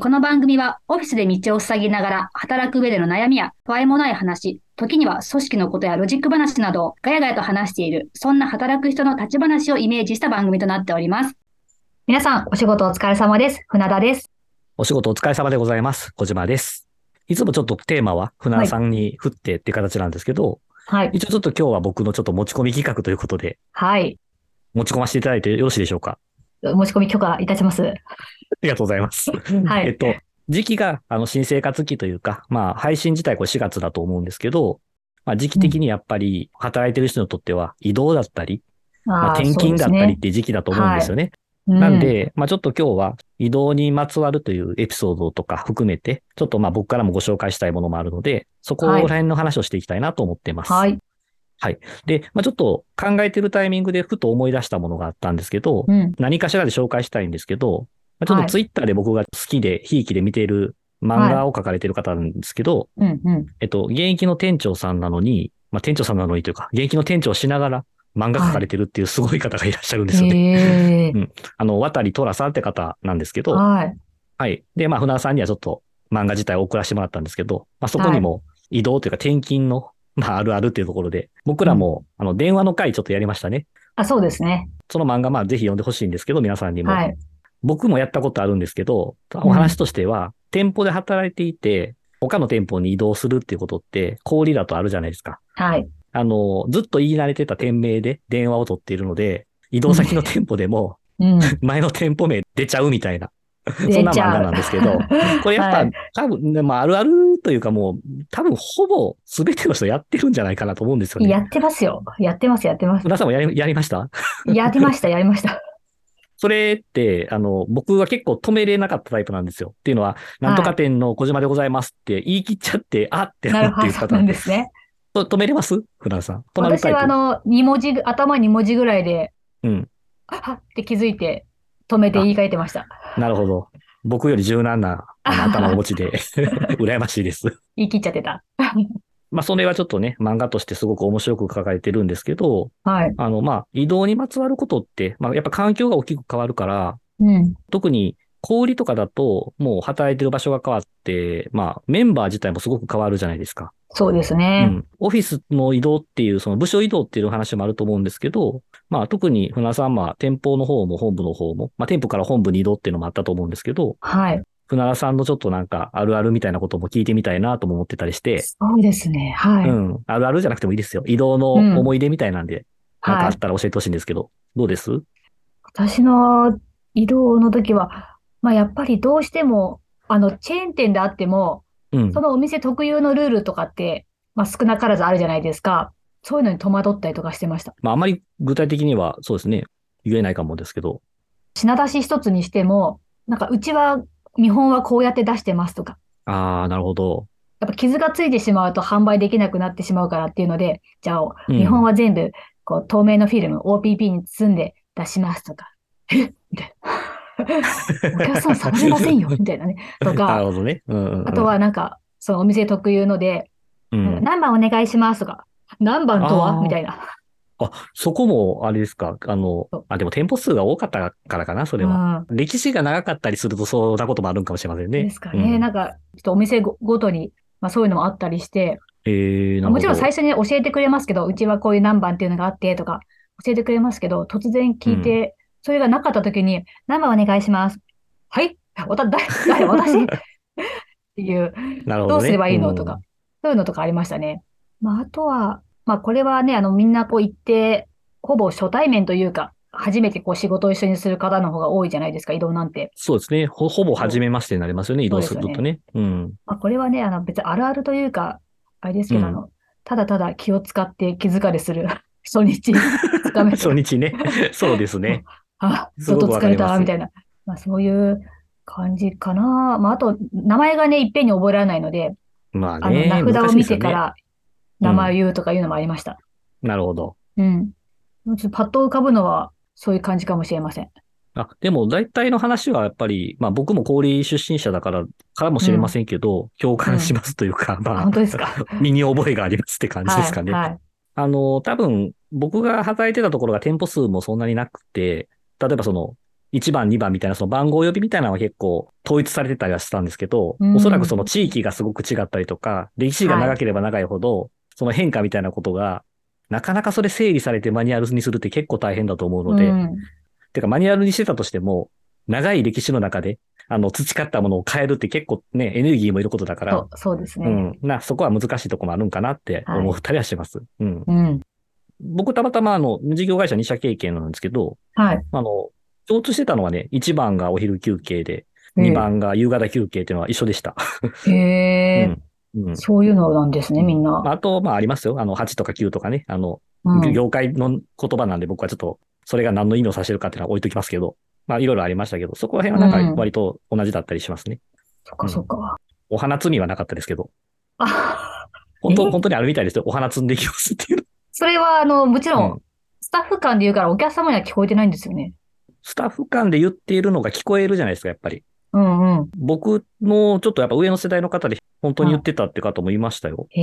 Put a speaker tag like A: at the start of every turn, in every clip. A: この番組はオフィスで道を塞ぎながら働く上での悩みや不安もない話、時には組織のことやロジック話などをガヤガヤと話している、そんな働く人の立ち話をイメージした番組となっております。皆さん、お仕事お疲れ様です。船田です。
B: お仕事お疲れ様でございます。小島です。いつもちょっとテーマは船田さんに振ってっていう形なんですけど、
A: はい。
B: 一応ちょっと今日は僕のちょっと持ち込み企画ということで、
A: はい。
B: 持ち込ませていただいてよろしいでしょうか。
A: 申し込み許可いたします。は
B: ありがとうござい ます。えっ
A: い。
B: と、時期があの新生活期というか、まあ配信自体これ4月だと思うんですけど、まあ時期的にやっぱり働いてる人にとっては移動だったり、まあ、転勤だったりっていう時期だと思うんですよね。
A: な
B: なん、で、まあちょっと今日は移動にまつわるというエピソードとか含めて、ちょっとまあ僕からもご紹介したいものもあるので、そこら辺の話をしていきたいなと思っています。
A: はい。
B: で、まあちょっと考えてるタイミングでふと思い出したものがあったんですけど、
A: うん。
B: 何かしらで紹介したいんですけど、まあちょっ
A: は
B: と
A: い
B: ツイッターで僕が好きで、ひいきで見ている漫画を書かれてる方なんですけど、
A: うん。うん。
B: えっと、現役の店長さんなのに、まあ店長さんなのにというか、現役の店長をしながら漫画書かれてるっていうすごい方がいらっしゃるんですよね。
A: へえ
B: うんあの、渡り寅さんって方なんですけど、
A: はい。
B: はい。で、まあ、船田さんにはちょっと漫画自体を送らせてもらったんですけど、まあ、そこにも移動というか転勤の、まあ、あるあるっていうところで、僕らも、あの、電話の回ちょっとやりましたね。
A: あ、そうですね。
B: その漫画、まあ、ぜひ読んでほしいんですけど、皆さんにも。
A: はい。
B: 僕もやったことあるんですけど、お話としては、店舗で働いていて、他の店舗に移動するっていうことって、氷だとあるじゃないですか。
A: はい。
B: あの、ずっと言い慣れてた店名で電話を取っているので、移動先の店舗でも、
A: うん。
B: 前の店舗名出ちゃうみたいな。
A: 出ちゃう
B: そんな漫画なんです けど、これやっぱ、
A: はい
B: 多分、ねまあ、あるあるというかもう、多分ほぼ全ての人やってるんじゃないかなと思うんですよ
A: や
B: ね。
A: ってますよ。やってます、やってます。
B: 皆さんもやりやりました
A: やりました、やりました。
B: それって、あの、僕は結構止めれなかったタイプなんですよ。っていうのは、なんとか店の小島でございますって言い切っちゃって、あって
A: なる
B: なるって
A: ほ
B: いう
A: ど、
B: 方
A: なんですね。
B: と止めれます船田さん。止まる
A: 私
B: タイプ。
A: はあの、二文字、頭2文字ぐらいで、
B: うん。
A: あはっって気づいて、止めて言い換えてました。
B: なるほど。僕より柔軟なあの頭をお持ちで、 羨ましいです。
A: 言い切っちゃってた。
B: まあ、それはちょっとね、漫画としてすごく面白く書かれてるんですけど、
A: はい。
B: あの、まあ、移動にまつわることって、まあ、やっぱ環境が大きく変わるから、
A: うん。
B: 特に小売りとかだと、もう働いてる場所が変わって、まあ、メンバー自体もすごく変わるじゃないですか。
A: そうです
B: う
A: ね。
B: ん。オフィスの移動っていう、その部署移動っていう話もあると思うんですけど、まあ、特に船さんは店舗の方も本部の方も、まあ、店舗から本部に移動っていうのもあったと思うんですけど、
A: はい。
B: 船田さんのちょっとなんかあるあるみたいなことも聞いてみたいなとも思ってたりして、
A: そうですね。は
B: う
A: い。
B: ん。あるあるじゃなくてもいいですよ。移動の
A: うん
B: 思い出みたいなんで、なんかあ
A: は
B: っ
A: い。
B: たら教えてほしいんですけど、どうです
A: 私の移動の時は、まあやっぱりどうしても、あの、チェーン店であっても、
B: うん
A: そ。のお店特有のルールとかって、まあ少なからずあるじゃないですか。そういうのに戸惑ったりとかしてました。
B: まあ、あまり具体的にはそうですね、言えないかもですけど、
A: 品出し一つにしても、なんかうちは、見本はこうやって出してますとか、
B: ああ、なるほど。
A: やっぱ傷がついてしまうと販売できなくなってしまうからっていうので、じゃあ、
B: うん
A: 日本は全部、こう、透明のフィルム、OPP に包んで出しますと か、えみたいな。お客さん触れません よ、みたいなね。と
B: な
A: か、
B: るほどね。うんうんうん
A: あと、はなんか、そのお店特有ので、
B: うん
A: なんか何番お願いしますとか、何番と
B: あ
A: は
B: ー
A: みたいな。
B: あ、そこも、あれですか、あの
A: そう、
B: あ、でも店舗数が多かったからかな、それは。
A: うん
B: 歴史が長かったりすると、そうなこともあるんかもしれませんね。
A: ですかね。
B: うん
A: なんか、ちょっとお店ごごとに、まあそういうのもあったりして、
B: えー、なるほど。
A: もちろん最初に教えてくれますけど、うちはこういう何番っていうのがあってとか、教えてくれますけど、突然聞いて、それがなかった時に、何番お願いします。はいわた、 誰、誰、私っていう、
B: なるほど、
A: ど
B: ね。
A: うすればいいの
B: うん
A: とか、。そういうのとかありましたね。まあ、あとは、まあ、これはね、あの、みんなこう行って、ほぼ初対面というか、初めてこう仕事を一緒にする方の方が多いじゃないですか、移動なんて。
B: そうですね。ほ、ほぼ初めましてになりますよね、移動する
A: そうです
B: とね。うん。
A: まあ、これはね、あの、別にあるあるというか、あれですけど、あの、ただただ気を使って気疲れする 初日、二日目
B: 初 日ね。そうですね。
A: あ、ち
B: す
A: ょっ
B: ごく
A: と疲れた
B: わかります
A: みたいな。まあ、そういう感じかな。まあ、あと、名前がね、いっぺんに覚えられないので、
B: まあ
A: あの、
B: ね。
A: 名札を
B: 難しい
A: 見
B: ですよ
A: て
B: ね
A: か。ら名前を言うとかいうのもありました。
B: なるほど。
A: うん。ちょっとパッと浮かぶのは、そういう感じかもしれません。
B: あ、でも大体の話はやっぱり、まあ僕も氷出身者だから、からもしれませんけど、共感しますというか、
A: あ
B: ま
A: 本
B: あ、
A: 当 ですか。
B: 身に覚えがありますって感じですかね。
A: はい、はい。
B: あの、多分、僕が働いてたところが店舗数もそんなになくて、例えばその、 1番、2番みたいな、その番号呼びみたいなのは結構統一されてたりはしたんですけど、
A: うん
B: おそらくその地域がすごく違ったりとか、歴史が長ければ長いほど、その変化みたいなことが、なかなかそれ整理されてマニュアルにするって結構大変だと思うので、
A: うん
B: てかマニュアルにしてたとしても、長い歴史の中で、あの、培ったものを変えるって結構ね、エネルギーもいることだか
A: そ
B: ら
A: う、そうです
B: う
A: ね。
B: ん。な、そこは難しいとこもあるんかなって思ったりはします。うん。
A: うん。
B: 僕たまたま、あの、事業会社2社経験なんですけど、
A: はい。
B: あの、共通してたのはね、1番がお昼休憩で、2番が夕方休憩っていうのは一緒でした。
A: へえ。
B: うんうん。
A: そういうのなんですね、みんな。
B: あと、まあありますよ。あの、8とか9とかね。あの、
A: うん
B: 業界の言葉なんで僕はちょっと、それが何の意味をさせるかっていうのは置いときますけど、まあいろいろありましたけど、そこら辺はなん
A: うん
B: か割と同じだったりしますね。
A: そっかそっか。
B: お花摘みはなかったですけど、
A: あ、
B: 本
A: え
B: 当、本当にあるみたいですよ。お花摘んでいきますっていう。
A: それは、あの、もちろ、
B: うん
A: スタッフ間で言うからお客様には聞こえてないんですよね。
B: スタッフ間で言っているのが聞こえるじゃないですか、やっぱり。
A: うんうん。
B: 僕のちょっとやっぱ上の世代の方で本当に言ってたって方もいましたよ。
A: へ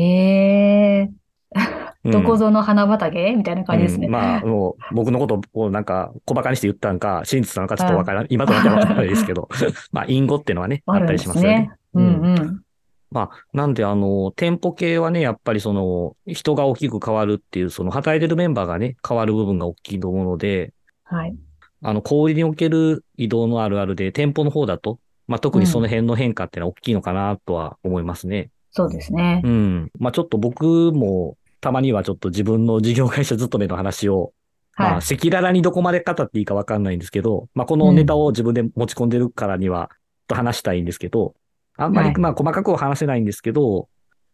A: え。
B: うん
A: どこぞの花畑みたいな感じですね。
B: うんまあ、も う、僕のことをなんか、小馬鹿にして言ったんか、真実なのかちょっとわ からない、今となってはわからないですけど、 まあ、因果っていうのはね、あ
A: ある
B: っ
A: ん
B: た
A: で
B: り
A: す
B: しますよね。
A: う
B: うん
A: んうん。
B: まあ、なんで、あの、店舗系はね、やっぱりその、人が大きく変わるっていう、その、働いてるメンバーがね、変わる部分が大きいと思うので、
A: はい。
B: あの、小売りにおける移動のあるあるで、店舗の方だと、まあ、特にその辺の変化っていうのは大きいのかなとは思いますね。
A: そうですね
B: う。ん。まあ、ちょっと僕も、たまにはちょっと自分の事業会社勤めの話を、まあ、
A: は
B: 赤裸々にどこまで語っていいかわかんないんですけど、まあ、このネタを自分で持ち込んでるからには、と話したいんですけど、あんま
A: は
B: り、
A: い
B: まあ、細かくは話せないんですけど、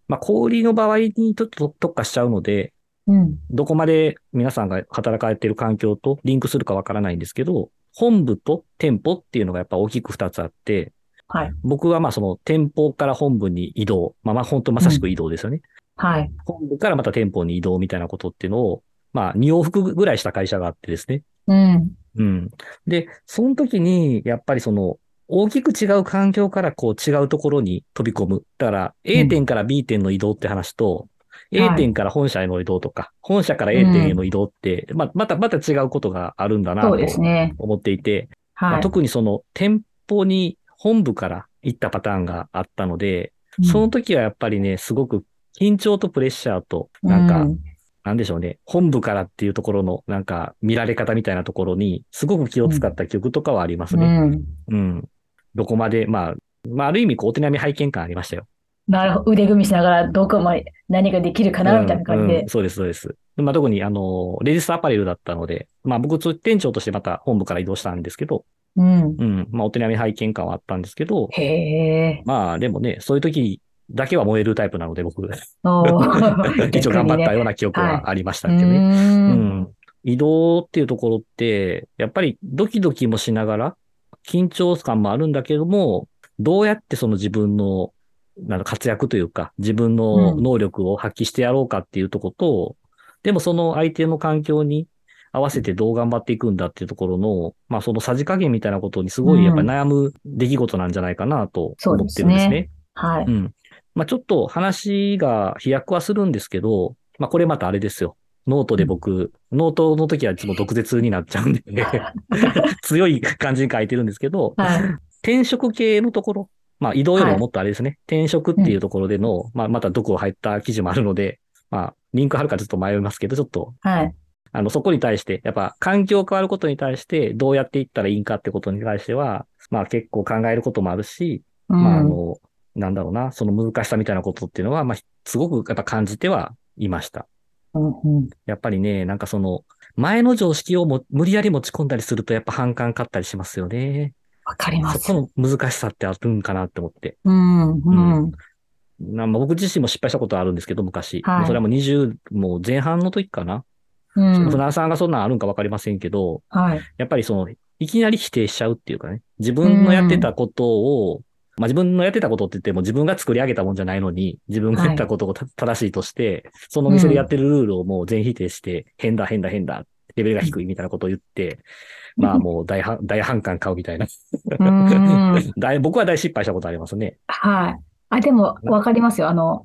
B: まあ、小売りの場合にちょっと特化しちゃうので、
A: い。うん。
B: どこまで皆さんが働かれている環境とリンクするかわからないんですけど、本部と店舗っていうのがやっぱ大きく二つあって、
A: はい。
B: 僕はまあその店舗から本部に移動、まあまあ本当まさしく移動ですよね。
A: はい。
B: 本部からまた店舗に移動みたいなことっていうのを、まあ2往復ぐらいした会社があってですね。
A: うん。
B: うん。で、その時に、やっぱりその、大きく違う環境からこう違うところに飛び込む。だから、A 店から B 店の移動って話と、
A: は
B: A
A: い
B: 店から本社への移動とか、本社から A 店への移動って、まあ、また、また違うことがあるんだな
A: そ
B: と
A: うですね。
B: 思っていて、まあ
A: はい。
B: 特にその店舗に本部から行ったパターンがあったので、その時はやっぱりね、すごく緊張とプレッシャーと、
A: うん
B: なんか
A: う、ん
B: なんでしょうね、本部からっていうところの、なんか、見られ方みたいなところに、すごく気を使った記憶とかはありますね。
A: うん。
B: うん。どこまで、まあ、まあ、ある意味、こう、お手並み拝見感ありましたよ。
A: なるほど。腕組みしながらどこまで何ができるかなみたいな感じ
B: うんう
A: で
B: ん。そうです、そうです。まあ、特に、あの、レジスタアパレルだったので、まあ、僕、店長としてまた本部から移動したんですけど、
A: うん。
B: うん。まあ、お手並み拝見感はあったんですけど、
A: へえ。
B: まあ、でもね、そういう時だけは燃えるタイプなの で、僕、
A: おー
B: 一応頑張
A: 逆に
B: った
A: ね
B: ような記憶はありまし た
A: う
B: けどね。
A: ー。
B: うんん。移動っていうところって、やっぱりドキドキもしながら、緊張感もあるんだけども、どうやってその自分の、なんだ活躍というか、自分の
A: うん
B: 能力を発揮してやろうかっていうところと、でもその相手の環境に合わせてどう頑張っていくんだっていうところの、まあそのさじ加減みたいなことにすごいやっぱり悩む出来事なんじゃないかなと
A: そうで
B: 思って
A: す
B: るんです
A: ね
B: ね。
A: はい。
B: うん。まあ、ちょっと話が飛躍はするんですけど、まあ、これまたあれですよ。ノートで僕、ノートの時はいつも毒舌になっちゃ うんで、強い感じに書いてるんですけど、
A: はい。
B: 転職系のところ、まあ、移動よりももっとあれですね、転職っていうところでの、まあ、また毒を入った記事もあるので、まあ、リンク貼るかちょっと迷いますけど、ちょっと、
A: はい。
B: あの、そこに対して、やっぱ環境変わることに対して、どうやっていったらいいんかってことに対しては、まあ結構考えることもあるし、
A: うん
B: まあ、あの、なんだろうな、その難しさみたいなことっていうのは、まあ、すごくやっぱ感じてはいました。
A: うんうん
B: やっぱりね、なんかその、前の常識をも無理やり持ち込んだりすると、やっぱ反感買ったりしますよね。
A: わかりま
B: そ
A: す。
B: この難しさってあるんかなって思って。
A: うん、うん。
B: なまあ、僕自身も失敗したことあるんですけど、昔。
A: はい
B: もうそれはもう20、もう前半の時かな。
A: う
B: そ
A: ん
B: の船田さんがそんなんあるんかわかりませんけど、
A: はい。
B: やっぱりその、いきなり否定しちゃうっていうかね、自分のやってたことを、まあ自分のやってたことって言っても自分が作り上げたもんじゃないのに、自分がやったことをた正しいとして、そのお店でやってるルールをもう全否定して、変だ変だ変だ、レベルが低いみたいなことを言って、まあもう大反、大反感買うみたいな。
A: うん。
B: 大僕は大失敗したことありますね。
A: はい。あ、でも、わかりますよ。あの、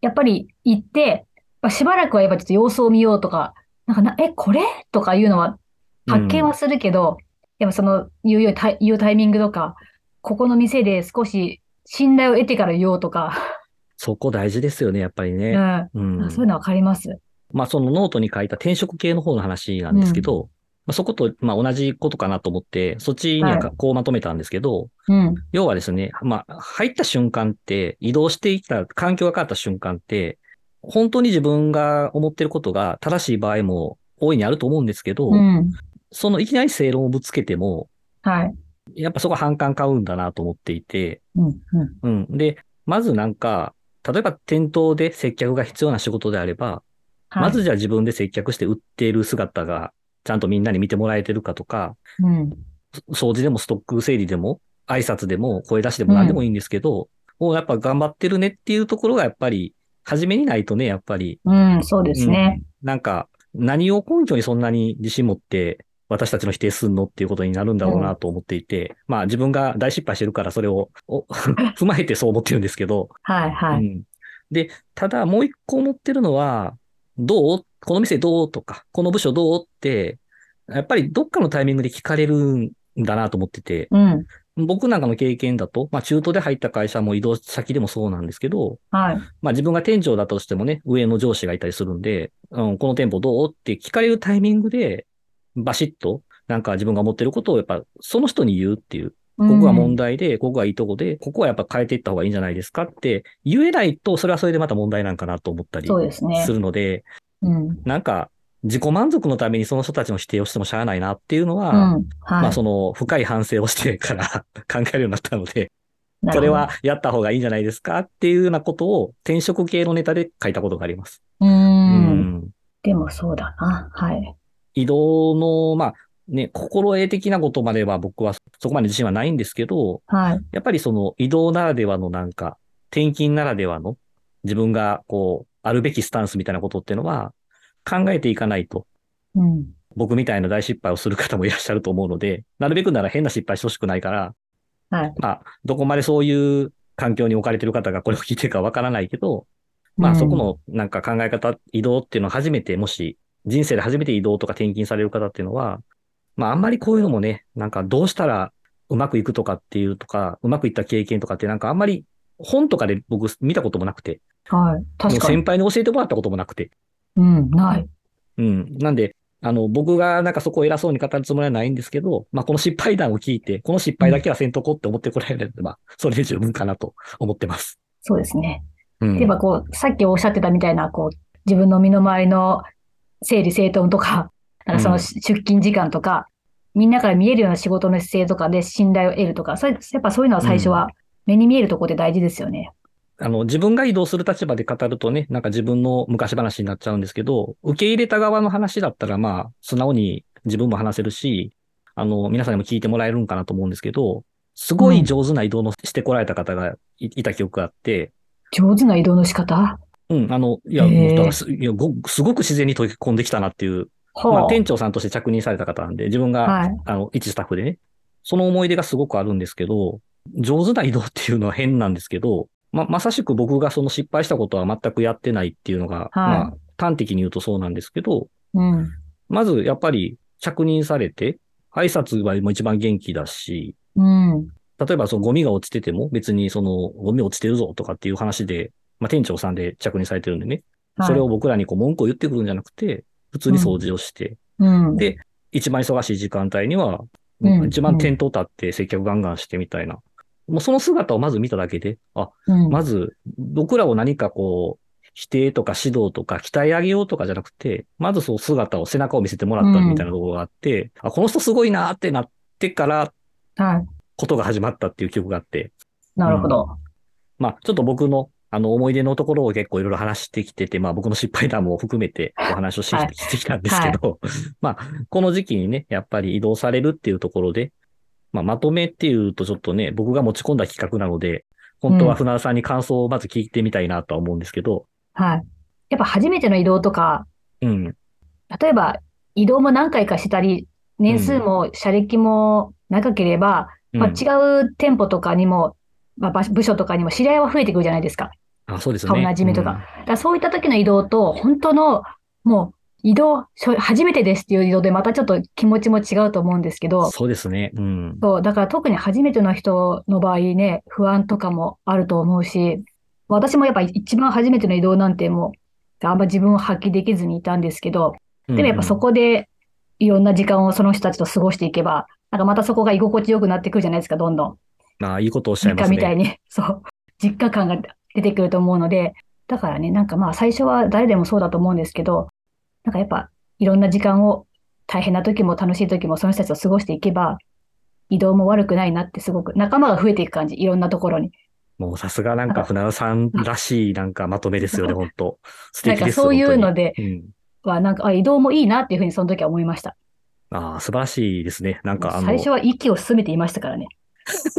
A: やっぱり行って、まあしばらくはやっぱちょっと様子を見ようとか、なんかな、え、これとかいうのは発見はするけど、やっぱその言うよタイ、言うタイミングとか、ここの店で少し信頼を得てから言おうとか、
B: そこ大事ですよね、やっぱり
A: う
B: ね。
A: ん、
B: うん
A: あそういうのわかります。
B: まあそのノートに書いた転職系の方の話なんですけど、まあ、そこと、まあ、同じことかなと思って、そっちにはかこうまとめたんですけど、
A: うん、
B: 要はですね、まあ、入った瞬間って、移動していった、環境が変わった瞬間って、本当に自分が思ってることが正しい場合も大いにあると思うんですけど、
A: うん、
B: そのいきなり正論をぶつけても、
A: はい、
B: やっぱそこは反感買うんだなと思っていて、
A: うん、うん、
B: うん。で、まずなんか、例えば店頭で接客が必要な仕事であれば、
A: はい、
B: まずじゃあ自分で接客して売っている姿が、ちゃんとみんなに見てもらえてるかとか、
A: うん、
B: 掃除でもストック整理でも、挨拶でも、声出しでも何でもいいんですけど、もうやっぱ頑張ってるねっていうところがやっぱり、初めにないとね、やっぱり、
A: うん、そうですね。
B: なんか、何を根拠にそんなに自信持って、私たちの否定すんのっていうことになるんだろうなと思っていて、まあ自分が大失敗してるからそれを お踏まえてそう思ってるんですけど、
A: はい、は
B: う
A: い、
B: ん、で、ただもう一個思ってるのは、どうこの店どうとか、この部署どうって、やっぱりどっかのタイミングで聞かれるんだなと思ってて、
A: うん、
B: 僕なんかの経験だと、まあ中途で入った会社も移動先でもそうなんですけど、
A: はい、
B: まあ自分が店長だとしてもね、上の上司がいたりするんで、うん、この店舗どうって聞かれるタイミングで、バシッと、なんか自分が思ってることをやっぱその人に言うっていう、
A: こ
B: ここが問題で、ここがいいとこで、ここはやっぱ変えていった方がいいんじゃないですかって言えないと、それはそれでまた問題なんかなと思ったり
A: そうですね
B: するので、
A: うん、うん、
B: なんか自己満足のためにその人たちの否定をしてもしゃあないなっていうのは、ま
A: は
B: あその深い反省をしてから 考えるようになったので、
A: い、なる
B: そ
A: ほ
B: れ
A: ど。
B: はやった方がいいんじゃないですかっていうようなことを転職系のネタで書いたことがあります。
A: うー、
B: うん
A: でもそうだな、はい、
B: 移動の、まあね、心得的なことまでは僕はそこまで自信はないんですけど、
A: はい、
B: やっぱりその移動ならではのなんか、転勤ならではの自分がこう、あるべきスタンスみたいなことっていうのは考えていかないと。
A: うん、
B: 僕みたいな大失敗をする方もいらっしゃると思うので、なるべくなら変な失敗してほしくないから、
A: はい、
B: まあ、どこまでそういう環境に置かれてる方がこれを聞いてるかわからないけど、ま
A: う
B: あ
A: ん
B: そこのなんか考え方、移動っていうのを初めて、もし人生で初めて移動とか転勤される方っていうのは、まああんまりこういうのもね、なんかどうしたらうまくいくとかっていうとか、うまくいった経験とかってなんかあんまり本とかで僕見たこともなくて、
A: はい、確かに
B: 先、輩に教えてもらったこともなくて、
A: うん、ない。
B: うん。なんで、あの、僕がなんかそこを偉そうに語るつもりはないんですけど、まあ、この失敗談を聞いて、この失敗だけはせんとこって思ってこられれば、それで十分かなと思ってます。
A: そうですね。
B: うん。
A: 例えばこう、さっきおっしゃってたみたいな、こう、自分の身の回りの整理整頓とか、なんかそ
B: うん
A: の出勤時間とか、みんなから見えるような仕事の姿勢とかで信頼を得るとか、それやっぱそういうのは最初は目に見えるところで大事ですよね。
B: あの、自分が移動する立場で語るとね、なんか自分の昔話になっちゃうんですけど、受け入れた側の話だったら、まあ、素直に自分も話せるし、あの、皆さんにも聞いてもらえるんかなと思うんですけど、すごい上手な移動のしてこられた方がいいた記憶があって、
A: 上手な移動の仕方
B: うん、あの、いや、
A: へー
B: だからすいやごすごく自然に溶け込んできたなっていう、
A: ほう。
B: まあ、店長さんとして着任された方なんで、自分が、
A: はい。
B: あの、一スタッフでね、その思い出がすごくあるんですけど、上手な移動っていうのは変なんですけど、ま、まさしく僕がその失敗したことは全くやってないっていうのが、まあ、端的に言うとそうなんですけど、
A: うん。
B: まずやっぱり着任されて、挨拶はもう一番元気だし、
A: うん。
B: 例えばそのゴミが落ちてても別にそのゴミ落ちてるぞとかっていう話で、まあ、店長さんで着任されてるんでね、
A: はい
B: それを僕らにこう文句を言ってくるんじゃなくて、普通に掃除をして、
A: うん。
B: で一番忙しい時間帯には、
A: うん
B: 一番店頭立って接客ガンガンしてみたいな。もうその姿をまず見ただけで、あ、
A: うん
B: まず僕らを何かこう、否定とか指導とか鍛え上げようとかじゃなくて、まずそう姿を、背中を見せてもらったみたいなところがあって、あ、この人すごいなってなってから
A: はい。
B: ことが始まったっていう記憶があって、
A: なるほど。
B: まあ、ちょっと僕の、あの、思い出のところを結構いろいろ話してきてて、まあ、僕の失敗談も含めてお話をし
A: はい
B: してきたんですけど、 まあ、この時期にね、やっぱり移動されるっていうところで、まあ、まとめっていうとちょっとね、僕が持ち込んだ企画なので、本当は船田さんに感想をまず聞いてみたいなとは思うんですけど、
A: はい。やっぱ初めての移動とか、
B: うん、
A: 例えば移動も何回かしたり、年数も車歴も長ければ、
B: うん
A: まあ、違う店舗とかにも、まあ、場所部署とかにも知り合いは増えてくるじゃないですか。
B: あ、そうですよ
A: 顔
B: ね。
A: なじみと
B: うん
A: か。だからそういった時の移動と、本当の、もう移動、初初めてですっていう移動でまたちょっと気持ちも違うと思うんですけど、
B: そうですね。うん。
A: そう、だから特に初めての人の場合ね、不安とかもあると思うし、私もやっぱ一番初めての移動なんてもう、あんま自分を発揮できずにいたんですけど、
B: で
A: でもやっぱそこでいろんな時間をその人たちと過ごしていけば、なんかまたそこが居心地よくなってくるじゃないですか、どんどん。
B: ああ、いいことをおっしゃい
A: 実
B: ま
A: 家
B: すね。
A: みたいに、 そう、実家感が出てくると思うので、だからね、なんかまあ最初は誰でもそうだと思うんですけど、なんかやっぱいろんな時間を大変な時も楽しい時もその人たちと過ごしていけば、移動も悪くないなってすごく、仲間が増えていく感じ、いろんなところに。
B: もうさすがなんか船田さんらしいなんかまと めですよね、本当素
A: なん
B: 敵
A: か
B: です
A: そういうの
B: で。
A: で
B: うん。
A: は、なんか、あ、移動もいいなっていうふうにその時は思いました。
B: ああ、素晴らしいですね。なんかあの、
A: 最初は息を進めていましたからね。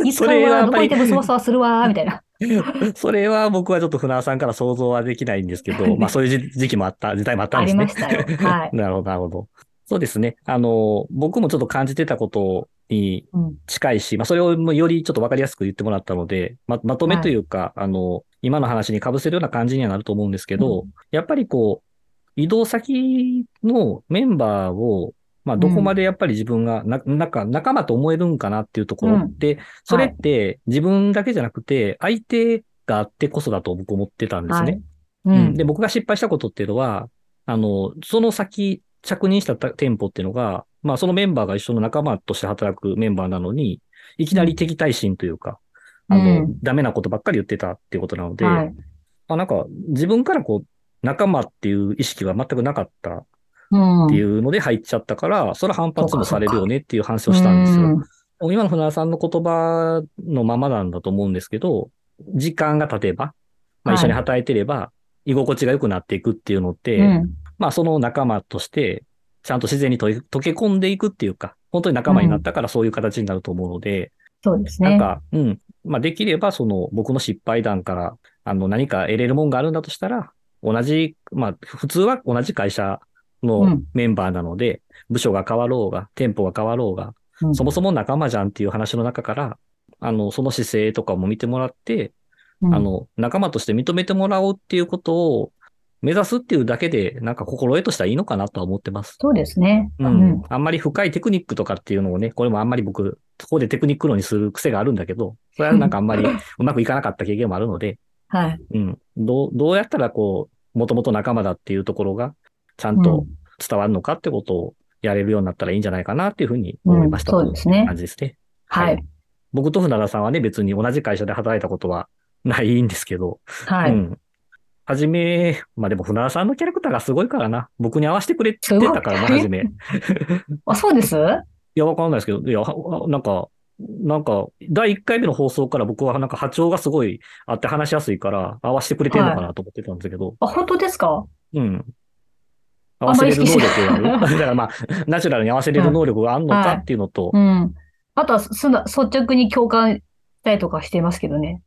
A: いつ
B: そ
A: か
B: れはや
A: は
B: っ
A: ど
B: ぱ
A: こ
B: り
A: いてもそわそわするわー、みたい な。
B: それは僕はちょっと船田さんから想像はできないんですけど、まあそういう時時期もあった、時代もあったん
A: あり
B: です
A: ま
B: ね
A: し。たよ。はい。
B: なるほど、なるほど。そうですね。あの、僕もちょっと感じてたことに
A: うん。
B: 近いし、まあそれをもうよりちょっとわかりやすく言ってもらったので、ま、まとめというか、あの、今の話に被せるような感じにはなると思うん ですけど、
A: う
B: やっぱりこう、移動先のメンバーを、まあ、どこまでやっぱり自分がな、なんか仲間と思えるんかなっていうところって、それって自分だけじゃなくて、相手があってこそだと僕思ってたんですね。
A: う
B: うん
A: ん。
B: で、僕が失敗したことっていうのは、あの、その先、着任したた店舗っていうのが、まあそのメンバーが一緒の仲間として働くメンバーなのに、いきなり敵対心というか、
A: うん
B: あの、
A: うん
B: ダメなことばっかり言ってたっていうことなので、
A: はい。
B: あなんか自分からこう、仲間っていう意識が全くなかったっ
A: うん。
B: ていうので入っちゃったから、それは反発もされるよねっていう話
A: う
B: をしたんですよ。
A: ん
B: もう今の船田さんの言葉のままなんだと思うんですけど、時間が経てば、
A: は
B: まあ、
A: い
B: 一緒に働いてれば、居心地が良くなっていくっていうのって、
A: うん
B: まあその仲間として、ちゃんと自然にと溶け込んでいくっていうか、本当に仲間になったからそういう形になると思うので、
A: そうです
B: なん
A: ね。
B: か、うん。まあできれば、その僕の失敗談から、あの何か得れるもんがあるんだとしたら、同じ、まあ普通は同じ会社
A: う
B: の
A: ん
B: メンバーなので、部署が変わろうが、店舗が変わろうが、
A: うん
B: そもそも仲間じゃんっていう話の中から、あの、その姿勢とかも見てもらって、
A: うん
B: あの、仲間として認めてもらおうっていうことを目指すっていうだけで、なんか心得としてはいいのかなとは思ってます。
A: そうですね。
B: う
A: うん
B: ん。あんまり深いテクニックとかっていうのをね、これもあんまり僕、そこでテクニック論にする癖があるんだけど、それはなんかあんまりうまくいかなかった経験もあるので、
A: はい。
B: うん。どう、どうやったらこう、もともと仲間だっていうところが、ちゃんと伝わるのかってことをやれるようになったらいいんじゃないかなっていうふうに思いました。
A: うんそうですね
B: 感じですね。
A: はい。
B: 僕と船田さんはね、別に同じ会社で働いたことはないんですけど、
A: は
B: う
A: い。
B: ん。はじめ、まあでも船田さんのキャラクターがすごいからな。僕に合わせてくれって言ってたからな、
A: すごい
B: はじめ。い
A: あ、そうです
B: や、わかんないですけど、いや、はなんか、なんか、第1回目の放送から僕はなんか波長がすごいあって話しやすいから、合わせてくれてるのかなと思ってたんですけど、
A: あ、本当ですか
B: うん。
A: あ
B: 合わ
A: ん
B: せ
A: まり
B: れ
A: 意
B: る
A: 識
B: 能
A: し
B: 力
A: て
B: がある。 だからまあ、ナチュラルに合わせれる能力があるのかっていうのと、
A: うん。あとは、すな、率直に共感したりとかしてますけどね。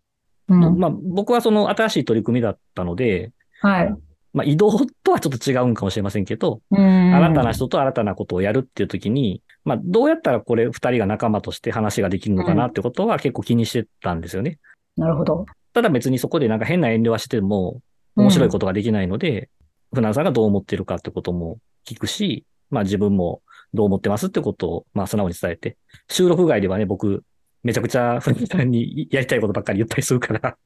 A: うん。
B: まあ僕はその新しい取り組みだったので、
A: はい。
B: まあ、移動とはちょっと違うんかもしれませんけど、
A: うん。
B: 新たな人と新たなことをやるっていう時に、まあ、どうやったらこれ二人が仲間として話ができるのかなってことは結構気にしてたんですよね。
A: なるほど。。
B: ただ別にそこでなんか変な遠慮はしても面白いこ ととができないので、船田さんがどう思ってるかってことも聞くし、まあ自分もどう思ってますってことを、まあ素直に伝えて、収録外ではね、僕、めちゃくちゃ船田さんにやりたいことばっかり言ったりするから、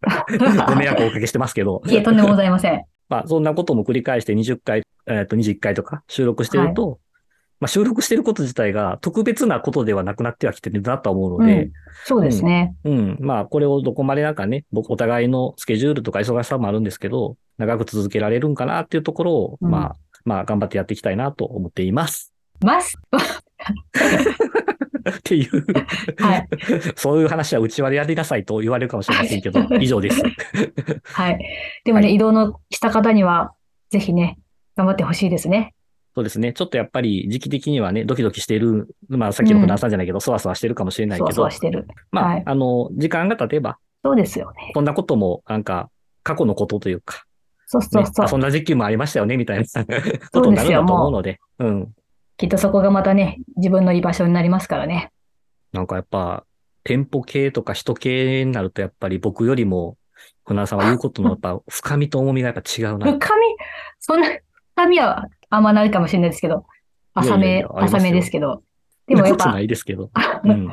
B: ご迷惑をおかけしてますけど。
A: いえ、とんでもございません。
B: まあ、そんなことも繰り返して20回、えっ、と、21回とか収録してると、まあ、収録してること自体が特別なことではなくなってはきてるなとは思うので、
A: そうですね。
B: うん、まあ、これをどこまでなんかね、僕、お互いのスケジュールとか忙しさもあるんですけど、長く続けられるんかなっていうところを、
A: うん
B: まあ、まあ、頑張ってやっていきたいなと思っています。
A: ます。
B: っていう、
A: はい。
B: そういう話はうちわでやりなさいと言われるかもしれませんけど、以上です。
A: はい。でもね、
B: は
A: 移動のした方には、ぜひね、頑張ってほしいですね。
B: そうですね。ちょっとやっぱり時期的にはね、ドキドキしている、まあ、さっきの船田さんじゃないけど、そわそわしてるかもしれない
A: そ
B: け
A: わ
B: ど、
A: そわしてる。
B: まあ、
A: はい
B: あの、時間が経てば、
A: そうですよね。
B: こんなことも、なんか、過去のことというか、
A: そう
B: ね
A: そうそう。
B: あそんな時期もありましたよね、みたいな ことになるんだと思うので、うん。
A: きっとそこがまたね、自分の居場所になりますからね。
B: なんかやっぱ、店舗系とか人系になると、やっぱり僕よりも、船田さんは言うことのやっぱ、深みと重みがやっぱ違うな。
A: 深み、そんな、深みはあんまないかもしれないですけど、浅
B: いやいや
A: め
B: いや、ありますよ
A: 浅めですけど。 で
B: で
A: も
B: も
A: やっ
B: つ
A: ぱ
B: な、いですけど。うん。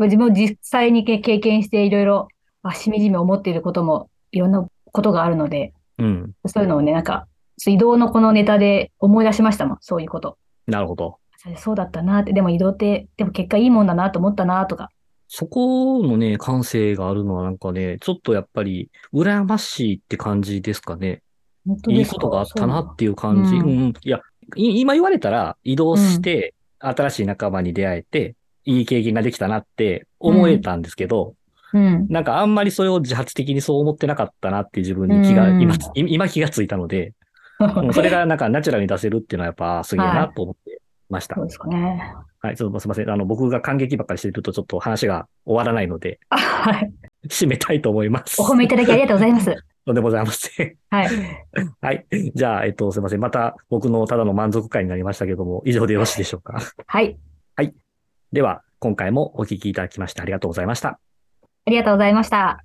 A: 自分も実際に経験していろいろ、あ、しみじみ思っていることも、いろんなことがあるので、
B: うん。
A: そういうのをね、なんか、移動のこのネタで思い出しましたもん、そういうこと。
B: なるほど。
A: そうだったなって、でも移動って、でも結果いいもんだなと思ったなとか。
B: そこのね、感性があるのはなんかね、ちょっとやっぱり、羨ましいって感じですかね。
A: 本当
B: い
A: で
B: い
A: す
B: こと
A: か
B: があったなっていう感じ。、
A: そううん
B: うんいや、い今言われたら、移動して、新しい仲間に出会えて、いい経験ができたなって思えたんですけ
A: そうなんだ
B: ど、なんかあんまりそれを自発的にそう思ってなかったなって自分に気が、
A: うん
B: 今、今気がついたので、
A: うん。
B: うんそれがなんかナチュラルに出せるっていうのはやっぱすげえな
A: は
B: と思ってました。
A: そうですかね。
B: はい、ちょっとすみません。あの、僕が感激ばっかりしてるとちょっと話が終わらないので、
A: あはい。
B: 締めたいと思います。
A: お褒めいただきありがとうございます。
B: とんでもございません。
A: はい。
B: はい。じゃあ、えっと、すみません。また僕のただの満足会になりましたけども、以上でよろしいでしょうか。
A: はい。
B: では、今回もお聞きいただきましてありがとうございました。
A: ありがとうございました。